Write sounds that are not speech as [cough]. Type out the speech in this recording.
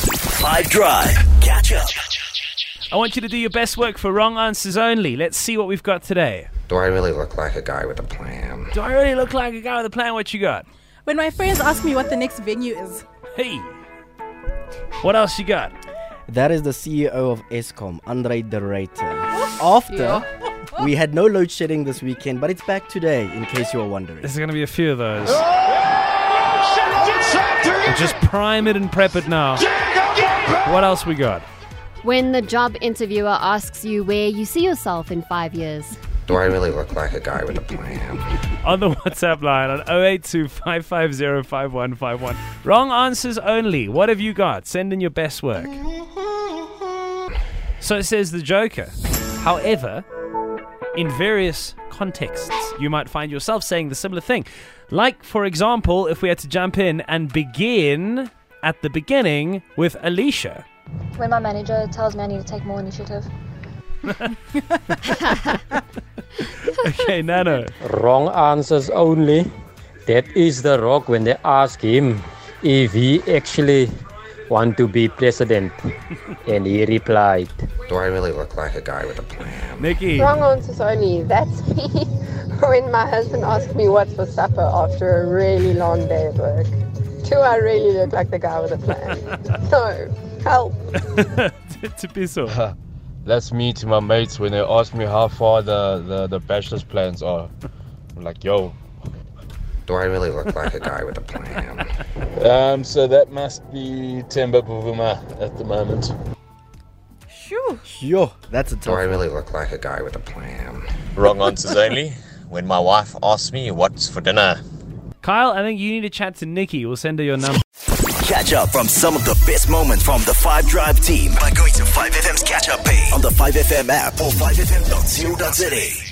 5 Drive. Catch up. I want you to do your best work for wrong answers only. Let's see what we've got today. Do I really look like a guy with a plan? Do I really look like a guy with a plan? What you got? When my friends ask me what the next venue is, Hey. What else you got? That is the CEO of ESCOM, Andre De Reiter. After we had no load shedding this weekend, but it's back today, in case you were wondering. There's going to be a few of those. Just prime it and prep it now. What else we got? When the job interviewer asks you where you see yourself in five years. Do I really look like a guy with a plan? On the WhatsApp line on 082 550 5151. Wrong answers only. What have you got? Send in your best work. So says the Joker. However, in various contexts, you might find yourself saying the similar thing. Like, for example, if we had to jump in and begin at the beginning with Alicia. When my manager tells me I need to take more initiative. Okay, Nano. Wrong answers only. That is the rock when they ask him if he actually want to be president. and he replied, Do I really look like a guy with a plan? Nikki. Wrong answers only. That's [laughs] me. when my husband asked me what's for supper after a really long day at work. Do I really look like the guy with a plan? no. Help. to Piso. That's me to my mates when they ask me how far the, the, the bachelor's plans are. I'm like, yo. Do I really look like a guy with a plan? Um, so that must be Temba Buvuma at the moment. shoo. Yo, that's a Do I tough really look like a guy with a plan? Wrong answers only. When my wife asks me what's for dinner. Kyle, I think you need to chat to Nikki. We'll send her your number. Catch up from some of the best moments from the 5 Drive team by going to 5FM's catch up page on the 5FM app or 5FM.co.za.